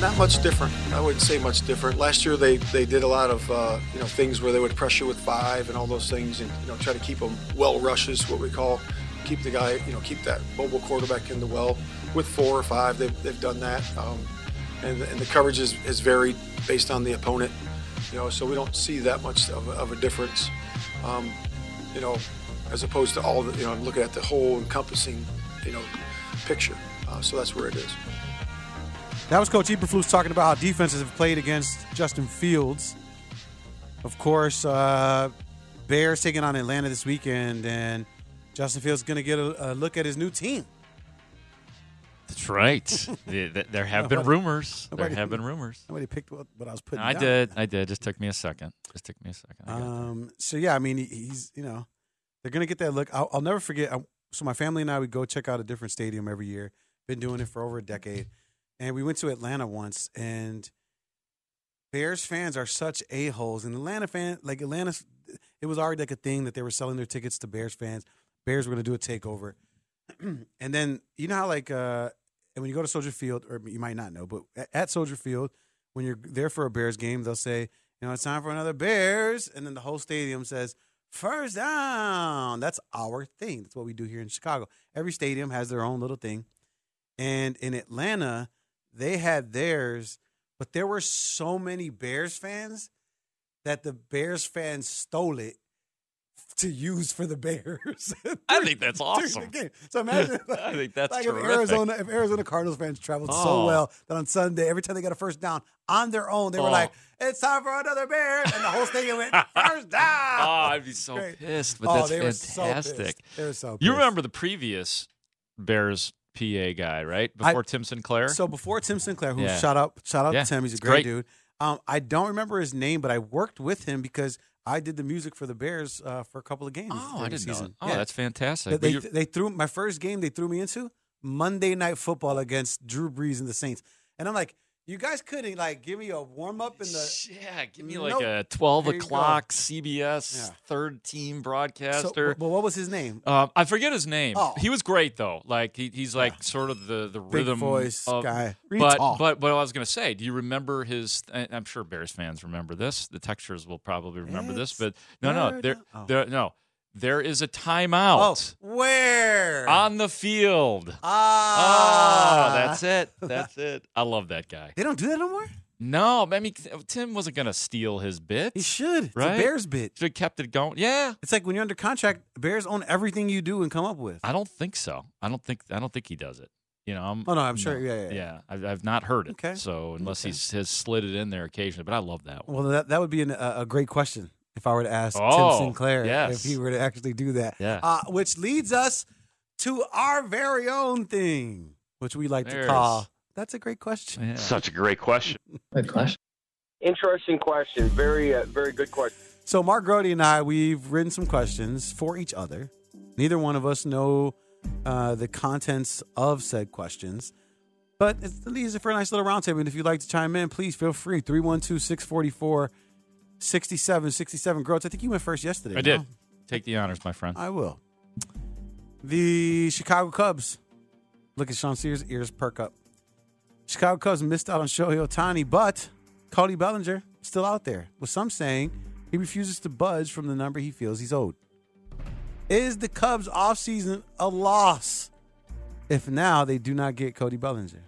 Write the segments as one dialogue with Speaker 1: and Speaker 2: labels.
Speaker 1: Not much different. I wouldn't say much different. Last year they, they did a lot of uh, you know things where they would pressure with five and all those things, and you know try to keep them well rushes, what we call, keep the guy you know keep that mobile quarterback in the well. With four or five, they've, they've done that, um, and and the coverage is, is varied based on the opponent, you know. So we don't see that much of, a- of a difference, um, you know, as opposed to all the you know looking at the whole encompassing you know picture. Uh, so that's where it is.
Speaker 2: That was Coach Eberflus talking about how defenses have played against Justin Fields. Of course, uh, Bears taking on Atlanta this weekend, and Justin Fields is going to get a, a look at his new team.
Speaker 3: That's right. Yeah, th- there have been rumors. There have been rumors.
Speaker 2: Somebody picked what, what I was putting.
Speaker 3: I
Speaker 2: down.
Speaker 3: did. I did. Just took me a second. Just took me a second. I got it.
Speaker 2: Um, so yeah, I mean, he- he's you know, they're gonna get that look. I'll, I'll never forget. I, so my family and I would go check out a different stadium every year. Been doing it for over a decade, and we went to Atlanta once. And Bears fans are such a holes, and Atlanta fan like Atlanta, it was already like a thing that they were selling their tickets to Bears fans. Bears were gonna do a takeover, and then you know how like uh, and when you go to Soldier Field, or you might not know, but at, at Soldier Field, when you're there for a Bears game, they'll say you know, it's time for another Bears. And then the whole stadium says, first down. That's our thing. That's what we do here in Chicago. Every stadium has their own little thing. And in Atlanta, they had theirs, but there were so many Bears fans that the Bears fans stole it to use for the Bears.
Speaker 3: I think that's
Speaker 2: during the
Speaker 3: awesome.
Speaker 2: game. So imagine, like,
Speaker 3: I think that's
Speaker 2: like if
Speaker 3: terrific.
Speaker 2: Arizona, if Arizona Cardinals fans traveled so
Speaker 3: Oh.
Speaker 2: well that on Sunday, every time they got a first down on their own, they were
Speaker 3: Oh.
Speaker 2: like, "It's time for another bear," and the whole stadium went first
Speaker 3: Oh,
Speaker 2: down.
Speaker 3: I'd be so
Speaker 2: Ah, Great.
Speaker 3: pissed, but
Speaker 2: Oh,
Speaker 3: that's
Speaker 2: they were so
Speaker 3: fantastic.
Speaker 2: pissed. they were so.
Speaker 3: you
Speaker 2: pissed.
Speaker 3: remember the previous Bears PA guy, right?
Speaker 2: I-
Speaker 3: Before Tim Sinclair?
Speaker 2: So before Tim Sinclair, who
Speaker 3: Yeah.
Speaker 2: shout out shout out
Speaker 3: Yeah,
Speaker 2: to Tim, he's a
Speaker 3: it's
Speaker 2: great,
Speaker 3: great.
Speaker 2: dude. Um, I don't remember his name, but I worked with him because I did the music for the Bears uh, for a couple of games.
Speaker 3: oh,
Speaker 2: during
Speaker 3: I
Speaker 2: the
Speaker 3: didn't know.
Speaker 2: season.
Speaker 3: that. Oh,
Speaker 2: Yeah.
Speaker 3: that's fantastic.
Speaker 2: They,
Speaker 3: But
Speaker 2: they,
Speaker 3: you're-
Speaker 2: they threw my first game. They threw me into Monday Night Football against Drew Brees and the Saints, and I'm like, you guys couldn't like give me a warm up in the.
Speaker 3: yeah, give me
Speaker 2: Nope.
Speaker 3: like a 12
Speaker 2: There you go.
Speaker 3: o'clock CBS
Speaker 2: Yeah.
Speaker 3: third team
Speaker 2: So,
Speaker 3: broadcaster.
Speaker 2: but but what was his name?
Speaker 3: Um, I forget his name.
Speaker 2: Oh.
Speaker 3: He was great though. Like he, he's like sort of the the
Speaker 2: Big
Speaker 3: rhythm
Speaker 2: voice
Speaker 3: of,
Speaker 2: guy.
Speaker 3: But but but I was gonna say, do you remember his? I- I'm sure Bears fans remember this. The textures will probably remember this.
Speaker 2: It's
Speaker 3: But no, no,
Speaker 2: Bears
Speaker 3: there,
Speaker 2: down- oh.
Speaker 3: there, no, there is a
Speaker 2: oh,
Speaker 3: timeout
Speaker 2: where?
Speaker 3: on the field.
Speaker 2: ah,
Speaker 3: oh, that's it. That's it. I love that guy.
Speaker 2: They don't do that no more.
Speaker 3: No, I mean Tim wasn't gonna steal his bit.
Speaker 2: He should. It's
Speaker 3: Right?
Speaker 2: a Bears bit.
Speaker 3: Should have kept it going. Yeah,
Speaker 2: It's like when you're under contract, Bears own everything you do and come up with.
Speaker 3: I don't think so. I don't think I don't think he does it. You know, I'm
Speaker 2: Oh no, I'm sure. Yeah, yeah. yeah.
Speaker 3: Yeah, I've, I've not heard it.
Speaker 2: Okay.
Speaker 3: So unless
Speaker 2: Okay.
Speaker 3: he's he has slid it in there occasionally, but I love that one.
Speaker 2: Well, that that would be an, a, a great question if I were to ask Tim
Speaker 3: Oh,
Speaker 2: Sinclair if
Speaker 3: yes.
Speaker 2: he were to actually do that.
Speaker 3: Yeah.
Speaker 2: Uh, which leads us to our very own thing, which we like to
Speaker 3: There's-
Speaker 2: call. That's a great question.
Speaker 3: Yeah.
Speaker 4: Such a great question.
Speaker 5: Interesting question. Very, uh, very good question.
Speaker 2: So Mark Grody and I, we've written some questions for each other. Neither one of us know uh, the contents of said questions, but it's the leads for a nice little roundtable. And if you'd like to chime in, please feel free. 312-644-6767. Groats, I think you went first yesterday.
Speaker 3: I
Speaker 2: no?
Speaker 3: did take the honors, my friend.
Speaker 2: I will. The Chicago Cubs. Look at Sean Sears' ears perk up. Chicago Cubs missed out on Shohei Otani, but Cody Bellinger still out there. With some saying he refuses to budge from the number he feels he's owed. Is the Cubs offseason a loss if now they do not get Cody Bellinger?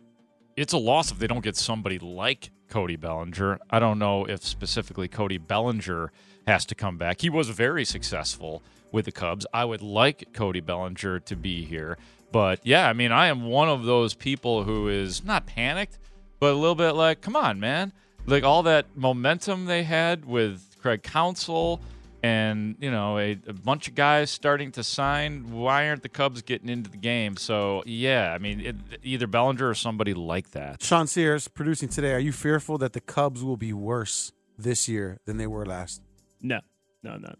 Speaker 3: It's a loss if they don't get somebody like Cody Bellinger. I don't know if specifically Cody Bellinger has to come back. He was very successful with the Cubs. I would like Cody Bellinger to be here, but yeah, I mean, I am one of those people who is not panicked, but a little bit like, come on, man. Like all that momentum they had with Craig Counsell and you know a, a bunch of guys starting to sign. Why aren't the Cubs getting into the game? So yeah, I mean it, either Bellinger or somebody like that.
Speaker 2: Sean Sears producing today. Are you fearful that the Cubs will be worse this year than they were last?
Speaker 4: No, no, I'm not.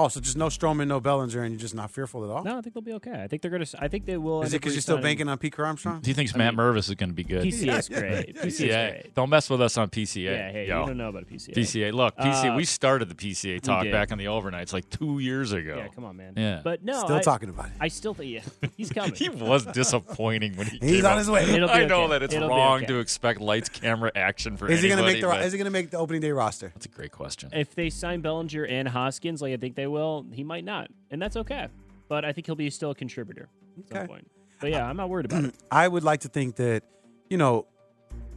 Speaker 2: Oh, so just no Stroman, no Bellinger, and you're just not fearful at all?
Speaker 4: No, I think they'll be okay. I think they're gonna. s- I think they will.
Speaker 2: Is
Speaker 4: end
Speaker 2: it
Speaker 4: up
Speaker 2: because you're still
Speaker 4: re-signing-
Speaker 2: banking on Pete Armstrong?
Speaker 3: He thinks Matt Mervis is going to be good.
Speaker 4: PCA is great. PCA is
Speaker 3: PCA,
Speaker 4: great.
Speaker 3: don't mess with us on PCA.
Speaker 4: Yeah, hey,
Speaker 3: yo.
Speaker 4: you don't know about PCA.
Speaker 3: PCA. Look, PCA.
Speaker 4: Uh,
Speaker 3: we started the PCA talk
Speaker 4: did.
Speaker 3: back on the overnights like two years ago.
Speaker 4: Yeah, come on, man.
Speaker 3: Yeah.
Speaker 4: but no,
Speaker 2: still
Speaker 4: I,
Speaker 2: talking about it.
Speaker 4: I still think yeah, he's coming.
Speaker 3: He was disappointing when he.
Speaker 2: He's
Speaker 3: came
Speaker 2: on
Speaker 3: up.
Speaker 2: his way.
Speaker 4: It'll be
Speaker 3: I know
Speaker 4: okay.
Speaker 3: that it's
Speaker 4: It'll be
Speaker 3: wrong
Speaker 4: okay.
Speaker 3: to expect lights, camera, action for
Speaker 2: Is he
Speaker 3: anybody.
Speaker 2: gonna make the
Speaker 3: but
Speaker 2: is he gonna make the opening day roster?
Speaker 3: That's a great question.
Speaker 4: if they sign Bellinger and Hoskins, like I think they will, he might not, and that's okay. But I think he'll be still a contributor at some
Speaker 2: Okay.
Speaker 4: point. But yeah, I'm not worried about it.
Speaker 2: I would like to think that, you know,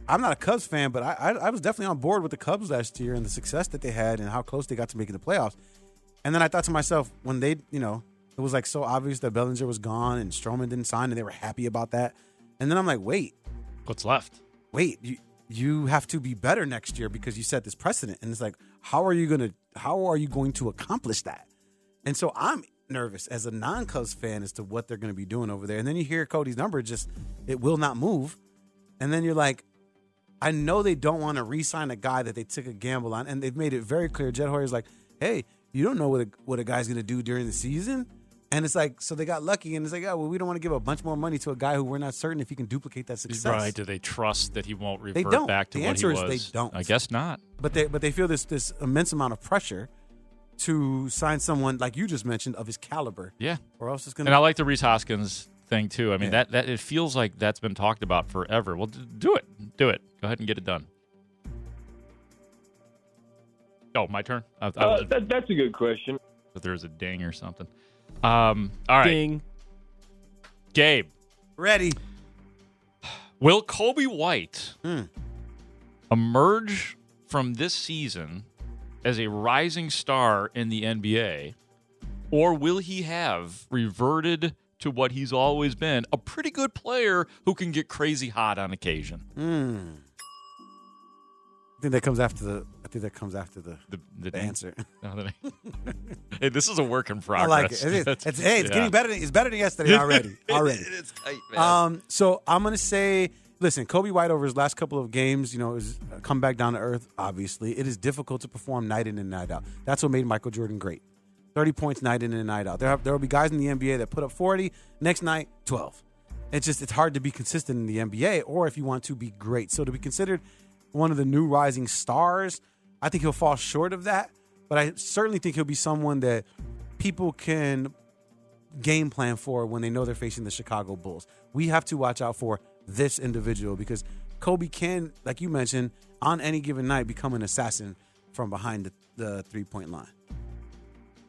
Speaker 2: I'm not a Cubs fan, but I, I, I was definitely on board with the Cubs last year and the success that they had and how close they got to making the playoffs. And then I thought to myself, when they, you know, it was like so obvious that Bellinger was gone and Stroman didn't sign, and they were happy about that. And then I'm like, wait,
Speaker 3: What's left?
Speaker 2: wait, you you have to be better next year because you set this precedent. And it's like, how are you gonna how are you going to accomplish that? And so I'm nervous as a non Cubs fan as to what they're gonna be doing over there. And then you hear Cody's number just it will not move. And then you're like, I know they don't want to re-sign a guy that they took a gamble on, and they've made it very clear. Jed Hoyer's like, hey, you don't know what a, what a guy's gonna do during the season. And it's like, so they got lucky, and it's like, oh, well, we don't want to give a bunch more money to a guy who we're not certain if he can duplicate that success.
Speaker 3: Right? Do they trust that he won't revert
Speaker 2: don't.
Speaker 3: back to
Speaker 2: The
Speaker 3: what
Speaker 2: answer
Speaker 3: he
Speaker 2: is
Speaker 3: was?
Speaker 2: they don't.
Speaker 3: I guess not.
Speaker 2: but they but they feel this this immense amount of pressure to sign someone like you just mentioned of his caliber,
Speaker 3: Yeah.
Speaker 2: or else it's
Speaker 3: And I
Speaker 2: gonna.
Speaker 3: like the Reese Hoskins thing too. I mean,
Speaker 2: Yeah.
Speaker 3: that that it feels like that's been talked about forever. Well, d- do it, do it. Go ahead and get it done. Oh, my turn. I, I
Speaker 5: Uh,
Speaker 3: was-
Speaker 5: that, that's a good question.
Speaker 3: that there was a ding or something. Um, all right,
Speaker 4: Ding.
Speaker 3: Gabe.
Speaker 2: Ready?
Speaker 3: Will Kobe White
Speaker 2: Hmm.
Speaker 3: emerge from this season as a rising star in the NBA, or will he have reverted to what he's always been a pretty good player who can get crazy hot on occasion?
Speaker 2: Hmm. I think that comes after the. I think that comes after the,
Speaker 3: The, the,
Speaker 2: the answer.
Speaker 3: No, the- hey, this is a work in
Speaker 2: I
Speaker 3: progress.
Speaker 2: like it. It is.
Speaker 3: That's-
Speaker 2: It's, hey, it's
Speaker 3: yeah.
Speaker 2: getting better. Than, it's better than yesterday already. Already.
Speaker 3: It is tight, man.
Speaker 2: Um, so I'm gonna say, listen, Kobe White over his last couple of games, you know, is a come back down to earth. Obviously, it is difficult to perform night in and night out. That's what made Michael Jordan great. Thirty points night in and night out. There have, there will be guys in the NBA that put up forty next night, twelve. It's just it's hard to be consistent in the NBA, or if you want to be great. So to be considered one of the new rising stars, I think he'll fall short of that. But I certainly think he'll be someone that people can game plan for when they know they're facing the Chicago Bulls. We have to watch out for this individual because Kobe can, like you mentioned, on any given night become an assassin from behind the, the three point line.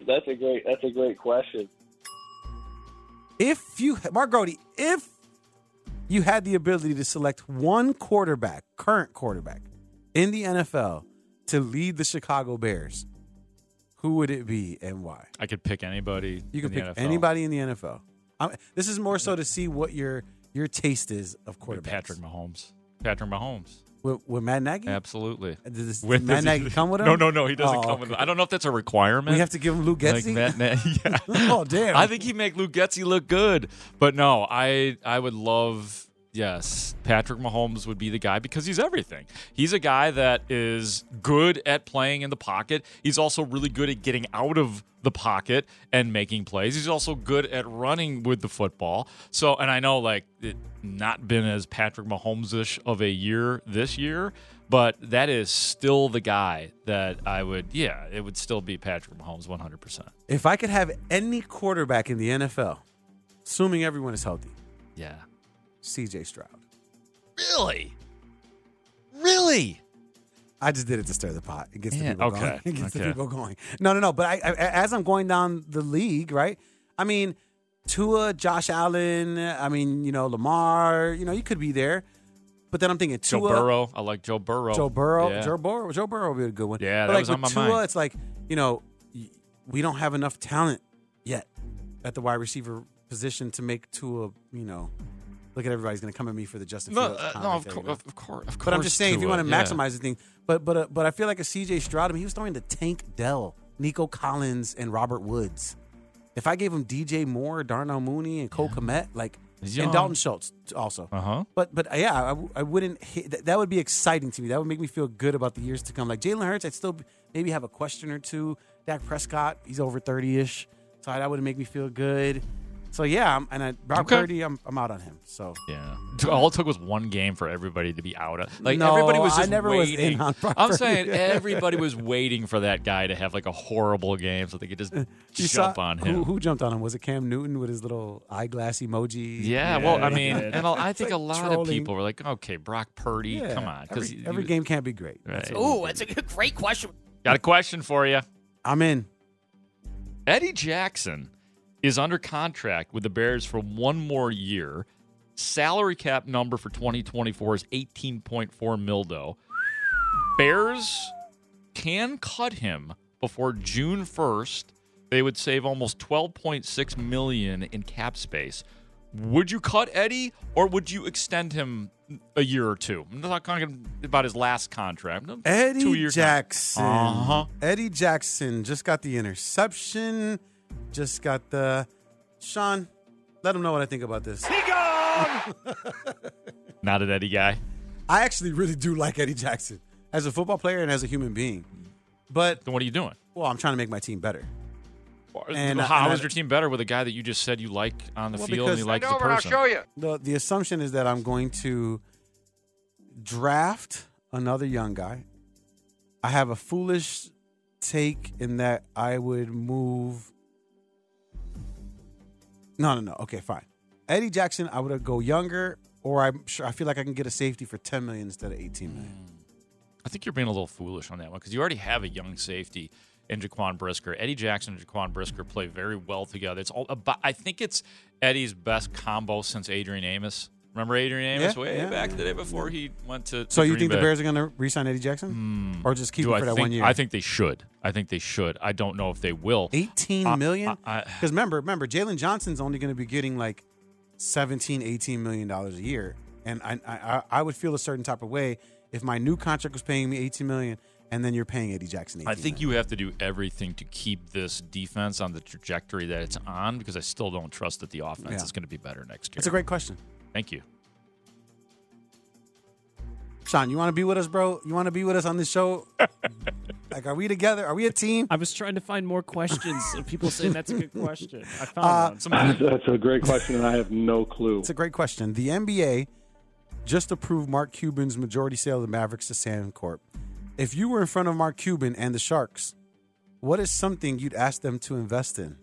Speaker 5: That's a great. That's a great question.
Speaker 2: If you, Mark Grody, if you had the ability to select one quarterback, current quarterback in the NFL to lead the Chicago Bears, who would it be and why?
Speaker 3: I could pick anybody.
Speaker 2: You can
Speaker 3: in the
Speaker 2: pick
Speaker 3: NFL.
Speaker 2: anybody in the NFL. i this is more so to see what your your taste is of quarterbacks.
Speaker 3: Patrick Mahomes. Patrick Mahomes.
Speaker 2: With, with Matt Nagy?
Speaker 3: Absolutely.
Speaker 2: Does, this,
Speaker 3: With-
Speaker 2: does Matt Nagy come with him?
Speaker 3: No, no, no. He doesn't
Speaker 2: Oh,
Speaker 3: come with
Speaker 2: okay.
Speaker 3: I don't know if that's a requirement.
Speaker 2: We have to give him Lou
Speaker 3: Like
Speaker 2: Getzey?
Speaker 3: Matt Na- yeah.
Speaker 2: oh, damn.
Speaker 3: I think he make Luke Getzey look good. But no, I I would love yes, Patrick Mahomes would be the guy because he's everything. He's a guy that is good at playing in the pocket. He's also really good at getting out of the pocket and making plays. He's also good at running with the football. So, and I know like it not been as Patrick Mahomes-ish of a year this year, but that is still the guy that I would yeah, it would still be Patrick Mahomes 100%.
Speaker 2: if I could have any quarterback in the NFL, assuming everyone is healthy,
Speaker 3: Yeah.
Speaker 2: CJ Stroud.
Speaker 3: Really? Really?
Speaker 2: I just did it to stir the pot. It gets the
Speaker 3: Yeah,
Speaker 2: people
Speaker 3: okay,
Speaker 2: going. It gets the
Speaker 3: okay.
Speaker 2: people going. No, no, no. But I, I, as I'm going down the league, right? I mean, Tua, Josh Allen. I mean, you know, Lamar. You know, you could be there. But then I'm thinking
Speaker 3: Joe
Speaker 2: Tua,
Speaker 3: Burrow. I like Joe Burrow.
Speaker 2: uh, Joe Burrow.
Speaker 3: Yeah.
Speaker 2: Joe Burrow. Joe Burrow would be a good one.
Speaker 3: Yeah,
Speaker 2: but
Speaker 3: that
Speaker 2: like
Speaker 3: was on
Speaker 2: with
Speaker 3: my
Speaker 2: Tua,
Speaker 3: mind.
Speaker 2: it's like you know y- we don't have enough talent yet at the wide receiver position to make Tua. You know, look at everybody's going to come at me for the Justin
Speaker 3: No,
Speaker 2: Fields.
Speaker 3: uh, no,
Speaker 2: comment
Speaker 3: of,
Speaker 2: there,
Speaker 3: cour-
Speaker 2: you know?
Speaker 3: of, of course, of course.
Speaker 2: But I'm just saying, if you
Speaker 3: Tua,
Speaker 2: want to
Speaker 3: yeah.
Speaker 2: maximize the thing, but but uh, but I feel like a CJ Stroud. I mean, he was throwing the Tank Dell Nico Collins and Robert Woods. If I gave him DJ Moore, Darnell Mooney, and Cole Komet, like
Speaker 3: He's
Speaker 2: and
Speaker 3: young.
Speaker 2: Dalton Schultz t- also.
Speaker 3: Uh huh.
Speaker 2: But but uh, yeah, I, w- I wouldn't. Hit, that, that would be exciting to me. That would make me feel good about the years to come. Like Jalen Hurts, I'd still maybe have a question or two. Dak Prescott, he's over thirty ish, so that would make me feel good. So yeah, I'm, and I, Rob
Speaker 3: Okay.
Speaker 2: Purdy, I'm, I'm out on him. So
Speaker 3: Yeah. All it took was one game for everybody to be out. Of, like
Speaker 2: No,
Speaker 3: everybody was
Speaker 2: I
Speaker 3: just
Speaker 2: never was in
Speaker 3: waiting.
Speaker 2: on
Speaker 3: I'm
Speaker 2: Robert.
Speaker 3: saying everybody was waiting for that guy to have like a horrible game so they could just
Speaker 2: You
Speaker 3: jump
Speaker 2: saw-
Speaker 3: on
Speaker 2: who-
Speaker 3: him.
Speaker 2: Who, jumped on him? Was it Cam Newton with his little eyeglass emoji?
Speaker 3: yeah, well, I
Speaker 4: Yeah,
Speaker 3: mean,
Speaker 4: yeah.
Speaker 3: and I think a
Speaker 2: like
Speaker 3: lot of
Speaker 2: trolling.
Speaker 3: people were like, "Okay, Brock Purdy,
Speaker 2: Yeah,
Speaker 3: come on,"
Speaker 2: every,
Speaker 3: because
Speaker 2: every game can't be great.
Speaker 3: Right.
Speaker 6: Ooh, that's a good- great question.
Speaker 3: Got a question for you.
Speaker 2: I'm in.
Speaker 3: Eddie Jackson is under contract with the Bears for one more year. Salary cap number for 2024 is 18.4 mil though. Bears can cut him before June 1st. They would save almost 12.6 million in cap space. Would you cut Eddie or would you extend him a year or two? I'm not talking about his last contract.
Speaker 2: Eddie
Speaker 3: Two-year contract.
Speaker 2: Jackson.
Speaker 3: Uh-huh.
Speaker 2: Eddie Jackson just got the interception. Just got the Sean. Let him know what I think about this.
Speaker 3: Not an Eddie guy.
Speaker 2: I actually really do like Eddie Jackson as a football player and as a human being. But
Speaker 3: Then what are you doing?
Speaker 2: well, I'm trying to make my team better. And, uh,
Speaker 3: how
Speaker 2: and
Speaker 3: is
Speaker 2: I-
Speaker 3: your team better with a guy that you just said you like on the
Speaker 2: Well,
Speaker 3: field and
Speaker 2: because-
Speaker 3: you
Speaker 2: I
Speaker 3: like the
Speaker 5: Over, I'll
Speaker 3: person?
Speaker 5: show you.
Speaker 2: the the assumption is that I'm going to draft another young guy. I have a foolish take in that I would move. No, no, no. Okay, fine. Eddie Jackson, I would go younger, or I'm sure I feel like I can get a safety for 10 million instead of 18 million.
Speaker 3: Mm. I think you're being a little foolish on that one because you already have a young safety in Jaquan Brisker. Eddie Jackson and Jaquan Brisker play very well together. It's all about, I think it's Eddie's best combo since Adrian Amos. Remember Adrian Amos
Speaker 2: Yeah,
Speaker 3: way
Speaker 2: yeah,
Speaker 3: back
Speaker 2: yeah.
Speaker 3: the day before he went to.
Speaker 2: So
Speaker 3: to
Speaker 2: you
Speaker 3: Green
Speaker 2: think the
Speaker 3: Bay. Mm.
Speaker 2: Bears are going to re-sign Eddie Jackson, or just keep
Speaker 3: Do
Speaker 2: him
Speaker 3: I
Speaker 2: for that
Speaker 3: think,
Speaker 2: one year?
Speaker 3: I think they should. I think they should. I don't know if they will.
Speaker 2: 18 million
Speaker 3: I- I-
Speaker 2: because remember remember jalen johnson's only going to be getting like 17 18 million dollars a year and I, I I- i would feel a certain type of way if my new contract was paying me 18 million and then you're paying eddie jackson 18
Speaker 3: I think you have to do everything to keep this defense on the trajectory that it's on because I still don't trust that the offense
Speaker 2: Yeah.
Speaker 3: is going to be better next year.
Speaker 2: it's a great question
Speaker 3: Thank you.
Speaker 2: sean you want to be with us bro you want to be with us on this show like are we together are we a team
Speaker 4: I was trying to find more questions of people saying that's a good question. I found
Speaker 2: Uh,
Speaker 4: one.
Speaker 7: That's a great question, and I have no clue.
Speaker 2: It's a great question. The NBA just approved Mark Cuban's majority sale of the Mavericks to Sandcorp. If you were in front of Mark Cuban and the Sharks, what is something you'd ask them to invest in?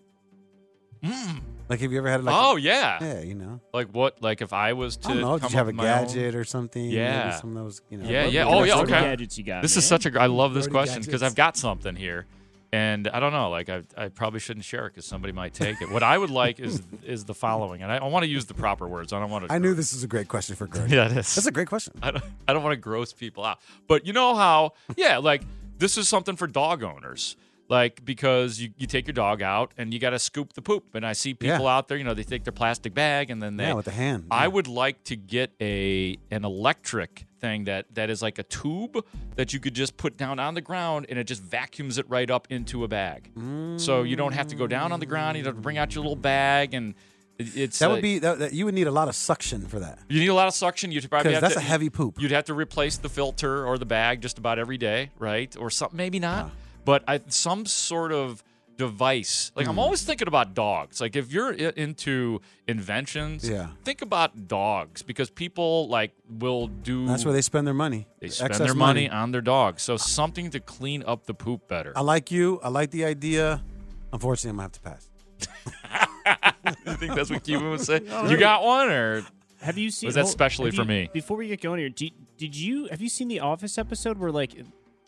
Speaker 2: Like, have you ever had like?
Speaker 3: Hmm. oh yeah.
Speaker 2: yeah, you know,
Speaker 3: Like what? Like if I was to
Speaker 2: I don't know.
Speaker 3: come
Speaker 2: Did you have a
Speaker 3: up with my own-
Speaker 2: gadget or something? Maybe
Speaker 3: Yeah.
Speaker 2: some of those, you know.
Speaker 3: Yeah, yeah.
Speaker 4: What
Speaker 3: Oh yeah.
Speaker 4: sort of
Speaker 3: Okay.
Speaker 4: Gadgets you got.
Speaker 3: This
Speaker 4: man.
Speaker 3: is such a. gr- I love this
Speaker 2: Dirty
Speaker 3: question because
Speaker 2: gadgets.
Speaker 3: I've got something here, and I don't know. Like I, I probably shouldn't share it because somebody might take it. What I would like is is the following, and I, I want to use the proper words. I don't want to.
Speaker 2: I knew this was a great question for Greg.
Speaker 3: Yeah, it is.
Speaker 2: That's a great question.
Speaker 3: I don't, I don't want to gross people out. But you know how, yeah, like this is something for dog owners. Like, because you, you take your dog out and you got to scoop the poop. And I see people
Speaker 2: Yeah.
Speaker 3: out there, you know, they take their plastic bag and then they.
Speaker 2: Yeah, with the hand.
Speaker 3: I
Speaker 2: Yeah.
Speaker 3: would like to get a an electric thing that that is like a tube that you could just put down on the ground and it just vacuums it right up into a bag. So you don't have to go down on the ground. You don't have to bring out your little bag and it- it's
Speaker 2: That
Speaker 3: like-
Speaker 2: would be that, that. You would need a lot of suction for that
Speaker 3: you need a lot of suction. You probably
Speaker 2: because
Speaker 3: have
Speaker 2: that's
Speaker 3: to,
Speaker 2: a heavy poop.
Speaker 3: You'd have to replace the filter or the bag just about every day, right? Or something, maybe not, but I, some sort of device. Like I'm always thinking about dogs. Like if you're i- into inventions,
Speaker 2: Yeah.
Speaker 3: think about dogs because people like will do.
Speaker 2: that's where they spend their money.
Speaker 3: they spend
Speaker 2: Excess
Speaker 3: their money, on their dogs. So something to clean up the poop better.
Speaker 2: I like you. I like the idea. Unfortunately, I'm gonna have to pass.
Speaker 3: I think that's what Cuban would say. You got one, or
Speaker 4: Have you seen?
Speaker 3: Was that
Speaker 4: hold-
Speaker 3: specially
Speaker 4: have
Speaker 3: for
Speaker 4: you-
Speaker 3: me?
Speaker 4: Before we get going here, do, did you have you seen the Office episode where like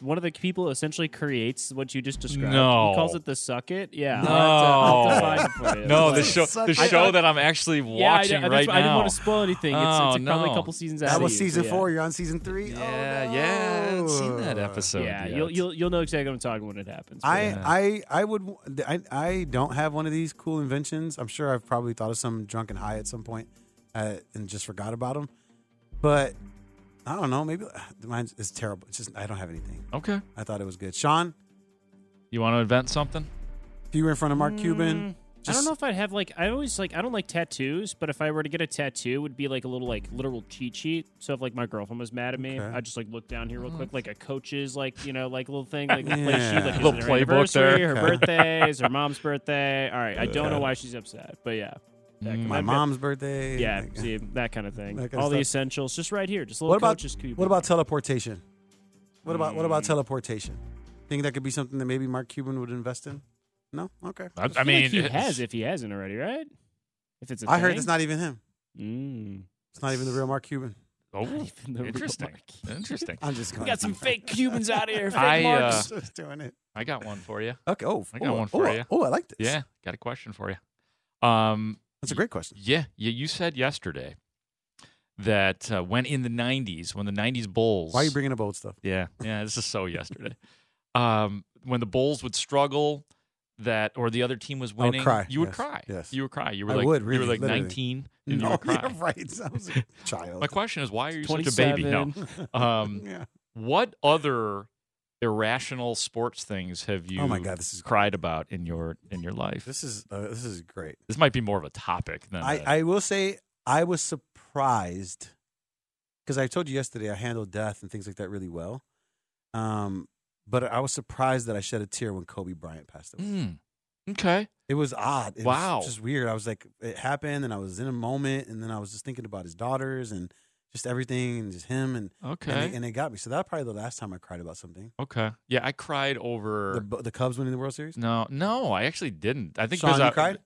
Speaker 4: one of the people essentially creates what you just described?
Speaker 3: No.
Speaker 4: he calls it the suck it. Yeah,
Speaker 3: no,
Speaker 4: I'll have to- I'll have to find it for you.
Speaker 3: no, the
Speaker 4: Like-
Speaker 3: show, the
Speaker 4: I
Speaker 3: show
Speaker 4: thought-
Speaker 3: that I'm actually watching
Speaker 4: Yeah, I, know,
Speaker 3: right
Speaker 4: that's why I didn't
Speaker 3: now.
Speaker 4: want to spoil anything. It's,
Speaker 3: Oh,
Speaker 4: it's a- probably
Speaker 3: no.
Speaker 4: a couple seasons out.
Speaker 2: That
Speaker 4: of
Speaker 2: was
Speaker 4: these,
Speaker 2: season
Speaker 4: yeah.
Speaker 2: four. You're on season three. Oh,
Speaker 3: Yeah,
Speaker 2: no.
Speaker 3: yeah. I haven't seen that episode.
Speaker 4: yeah,
Speaker 3: yet.
Speaker 4: you'll, you'll you'll know exactly what I'm talking when it happens. but
Speaker 2: I,
Speaker 4: yeah.
Speaker 2: I I would w- I, I don't have one of these cool inventions. I'm sure I've probably thought of some drunk and high at some point, uh, and just forgot about them. But I uh, don't know. Maybe mine is terrible. It's just I don't have anything.
Speaker 3: okay.
Speaker 2: I thought it was good. Sean,
Speaker 3: You want to invent something?
Speaker 2: If you were in front of Mark Cuban,
Speaker 4: Mm, I don't
Speaker 2: just-
Speaker 4: know if I'd have like I always like I don't like tattoos, but if I were to get a tattoo, it would be like a little like literal cheat sheet. So if like my girlfriend was mad at me,
Speaker 2: Okay.
Speaker 4: I'd just like look down here real quick, like a coach's like you know like little thing, like little play sheet,
Speaker 2: Yeah.
Speaker 4: like is
Speaker 3: Little
Speaker 4: it her
Speaker 3: playbook there.
Speaker 4: anniversary, her
Speaker 2: Okay.
Speaker 4: birthdays, her mom's birthday. All right, I don't know why she's upset, but yeah, That-
Speaker 3: Mm.
Speaker 2: my
Speaker 4: I've got-
Speaker 2: mom's birthday.
Speaker 4: yeah,
Speaker 2: like-
Speaker 4: see that kind of thing.
Speaker 2: That kinda
Speaker 4: All the
Speaker 2: stuff.
Speaker 4: essentials, just right here, just a little
Speaker 2: what about
Speaker 4: coach's cube.
Speaker 2: what about teleportation? What about what
Speaker 4: Mm.
Speaker 2: about teleportation? Think that could be something that maybe Mark Cuban would invest in? No, okay.
Speaker 3: I, I
Speaker 4: I
Speaker 3: mean,
Speaker 4: mean, he
Speaker 3: it's-
Speaker 4: has if he hasn't already, right? If it's a
Speaker 2: I heard
Speaker 4: thing?
Speaker 2: it's not even him.
Speaker 4: Mm.
Speaker 2: It's not even the real Mark Cuban.
Speaker 3: Oh,
Speaker 4: Not even the real
Speaker 3: interesting.
Speaker 4: Mark.
Speaker 3: Interesting.
Speaker 2: I'm just going.
Speaker 4: We got some fake Cubans out here, fake
Speaker 3: I, uh,
Speaker 4: marks.
Speaker 2: just doing it.
Speaker 3: I got one for you.
Speaker 2: Okay. Oh,
Speaker 3: I got
Speaker 2: oh,
Speaker 3: one for
Speaker 2: oh,
Speaker 3: ya.
Speaker 2: Oh, I like this.
Speaker 3: Yeah, got a question for you. Um,
Speaker 2: that's a great question.
Speaker 3: yeah, you, you said yesterday that uh, when in the '90s, when the '90s Bulls,
Speaker 2: Why are you bringing up old stuff?
Speaker 3: Yeah, yeah. This is so yesterday. Um, when the Bulls would struggle, that or the other team was
Speaker 2: I would
Speaker 3: winning,
Speaker 2: cry,
Speaker 3: you would
Speaker 2: yes,
Speaker 3: cry.
Speaker 2: yes.
Speaker 3: you would cry. You were
Speaker 2: I
Speaker 3: like,
Speaker 2: would,
Speaker 3: you
Speaker 2: really,
Speaker 3: were like
Speaker 2: literally.
Speaker 3: 19, and you would
Speaker 2: yeah,
Speaker 3: cry.
Speaker 2: right. I was a child.
Speaker 3: My question is, why are you such a baby? No.
Speaker 4: 27.
Speaker 3: Um,
Speaker 2: yeah.
Speaker 3: what other irrational sports things have you?
Speaker 2: Oh my God, this is
Speaker 3: cried about in your in your life. This,
Speaker 2: this is uh, this is great.
Speaker 3: might be more of a topic than
Speaker 2: I,
Speaker 3: a-
Speaker 2: I will say I was surprised because I told you yesterday I handled death and things like that really well. Um, but I was surprised that I shed a tear when Kobe Bryant passed away.
Speaker 3: Mm. Okay.
Speaker 2: It was odd. It
Speaker 3: Wow.
Speaker 2: was just weird. I was like, it happened, and I was in a moment, and then I was just thinking about his daughters and just everything, and just him, and
Speaker 3: Okay.
Speaker 2: and, it, and it got me. So that's probably the last time I cried about something.
Speaker 3: okay. Yeah, I cried
Speaker 2: The,
Speaker 3: over.
Speaker 2: Bu- the Cubs winning the World Series.
Speaker 3: No, no, I actually didn't. I think
Speaker 2: Sean,
Speaker 3: because
Speaker 2: you
Speaker 3: I
Speaker 2: cried.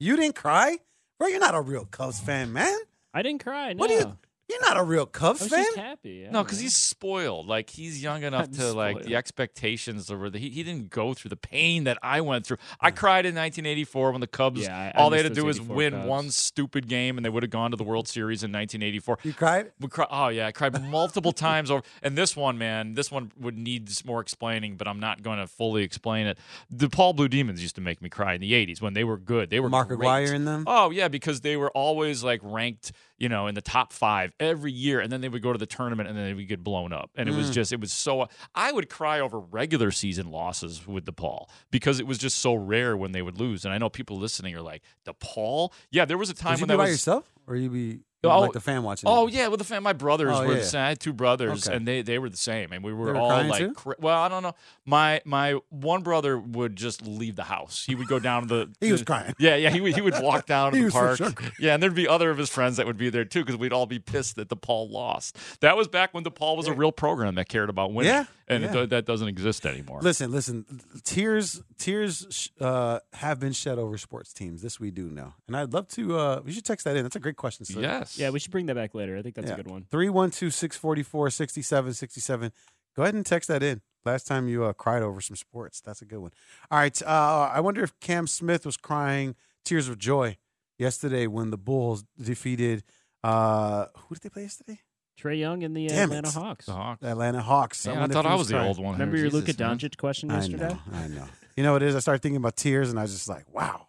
Speaker 2: You didn't cry, bro. You're not a real Cubs fan, man.
Speaker 4: I didn't cry. No.
Speaker 2: What do you? You're not a real
Speaker 4: I
Speaker 2: Cubs
Speaker 4: was
Speaker 2: fan.
Speaker 4: just happy. I
Speaker 3: No,
Speaker 4: don't
Speaker 3: because
Speaker 4: know.
Speaker 3: he's spoiled. Like he's young enough
Speaker 4: I'm
Speaker 3: to like
Speaker 4: spoiled.
Speaker 3: the expectations over the. He, he didn't go through the pain that I went through. I cried in 1984 when the Cubs.
Speaker 4: Yeah, I- I
Speaker 3: all they had
Speaker 4: miss
Speaker 3: to do was
Speaker 4: those 84
Speaker 3: win
Speaker 4: Cubs.
Speaker 3: one stupid game, and they would have gone to the World Series in 1984.
Speaker 2: You cried.
Speaker 3: We cry, oh yeah, I cried multiple times over. And this one, man, this one would need s- more explaining, but I'm not going to fully explain it. The Paul Blue Demons used to make me cry in the '80s when they were good. They were
Speaker 2: Mark
Speaker 3: great.
Speaker 2: Aguirre in them.
Speaker 3: Oh yeah, because they were always like ranked, you know, in the top five every year, and then they would go to the tournament and then they would get blown up, and it was
Speaker 2: Mm.
Speaker 3: just it was so. I would cry over regular season losses with DePaul because it was just so rare when they would lose, and I know people listening are like DePaul. Yeah, there was a time
Speaker 2: Would you
Speaker 3: when
Speaker 2: be
Speaker 3: that
Speaker 2: by
Speaker 3: was
Speaker 2: yourself, or you be
Speaker 3: Oh,
Speaker 2: like the fan watching?
Speaker 3: Oh
Speaker 2: it?
Speaker 3: yeah, well the fam, my brothers
Speaker 2: Oh,
Speaker 3: were
Speaker 2: yeah.
Speaker 3: the same. I had two brothers,
Speaker 2: Okay.
Speaker 3: and they they were the same, and we were,
Speaker 2: They were
Speaker 3: all
Speaker 2: crying
Speaker 3: like,
Speaker 2: too?
Speaker 3: cra- well, I don't know. My my one brother would just leave the house. He would go down to the.
Speaker 2: He was crying.
Speaker 3: Yeah, yeah, he would he would walk down to
Speaker 2: He
Speaker 3: the
Speaker 2: was for
Speaker 3: park.
Speaker 2: sure
Speaker 3: yeah, and there'd be other of his friends that would be there too, because we'd all be pissed that DePaul lost. That was back when DePaul was a real program that cared about winning.
Speaker 2: Yeah,
Speaker 3: and it
Speaker 2: yeah.
Speaker 3: do- that doesn't exist anymore.
Speaker 2: Listen, listen. Tears, tears sh- uh, have been shed over sports teams. This we do know, and I'd love to. Uh, we should text that in. That's a great question. Sir.
Speaker 3: yes.
Speaker 4: Yeah, we should bring that back later. I think that's
Speaker 2: Yeah.
Speaker 4: a good one.
Speaker 2: 312-644-6767. Go ahead and text that in. Last time you uh, cried over some sports. That's a good one. All right. Uh, I wonder if Cam Smith was crying tears of joy yesterday when the Bulls defeated. Uh, who did they play yesterday?
Speaker 4: Trey Young and the uh,
Speaker 2: Damn it.
Speaker 4: Atlanta Hawks.
Speaker 3: The Hawks.
Speaker 2: The Atlanta Hawks.
Speaker 3: Man, I
Speaker 2: wonder if
Speaker 3: thought
Speaker 2: he
Speaker 3: I was the
Speaker 2: crying.
Speaker 3: old one. here.
Speaker 4: Remember your
Speaker 3: Oh,
Speaker 4: Luka
Speaker 3: Jesus, man.
Speaker 4: Doncic question
Speaker 2: I
Speaker 4: yesterday?
Speaker 2: know. I know. You know what it is? I started thinking about tears, and I was just like, wow,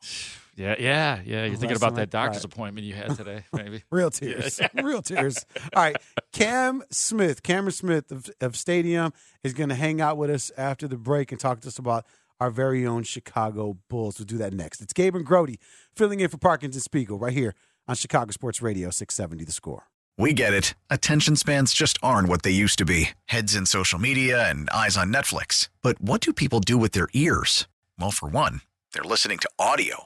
Speaker 3: Yeah, yeah, yeah. You're
Speaker 2: Last
Speaker 3: thinking about
Speaker 2: time I
Speaker 3: that doctor's
Speaker 2: cried.
Speaker 3: appointment you had today, maybe.
Speaker 2: real tears, real tears. All right, Cam Smith, Cameron Smith of, of Stadium is going to hang out with us after the break and talk to us about our very own Chicago Bulls. We'll do that next. It's Gabe and Grody filling in for Parkinson Spiegel right here on Chicago Sports Radio 670 The Score.
Speaker 8: We get it. Attention spans just aren't what they used to be heads in social media and eyes on Netflix. But what do people do with their ears? Well, for one, they're listening to audio.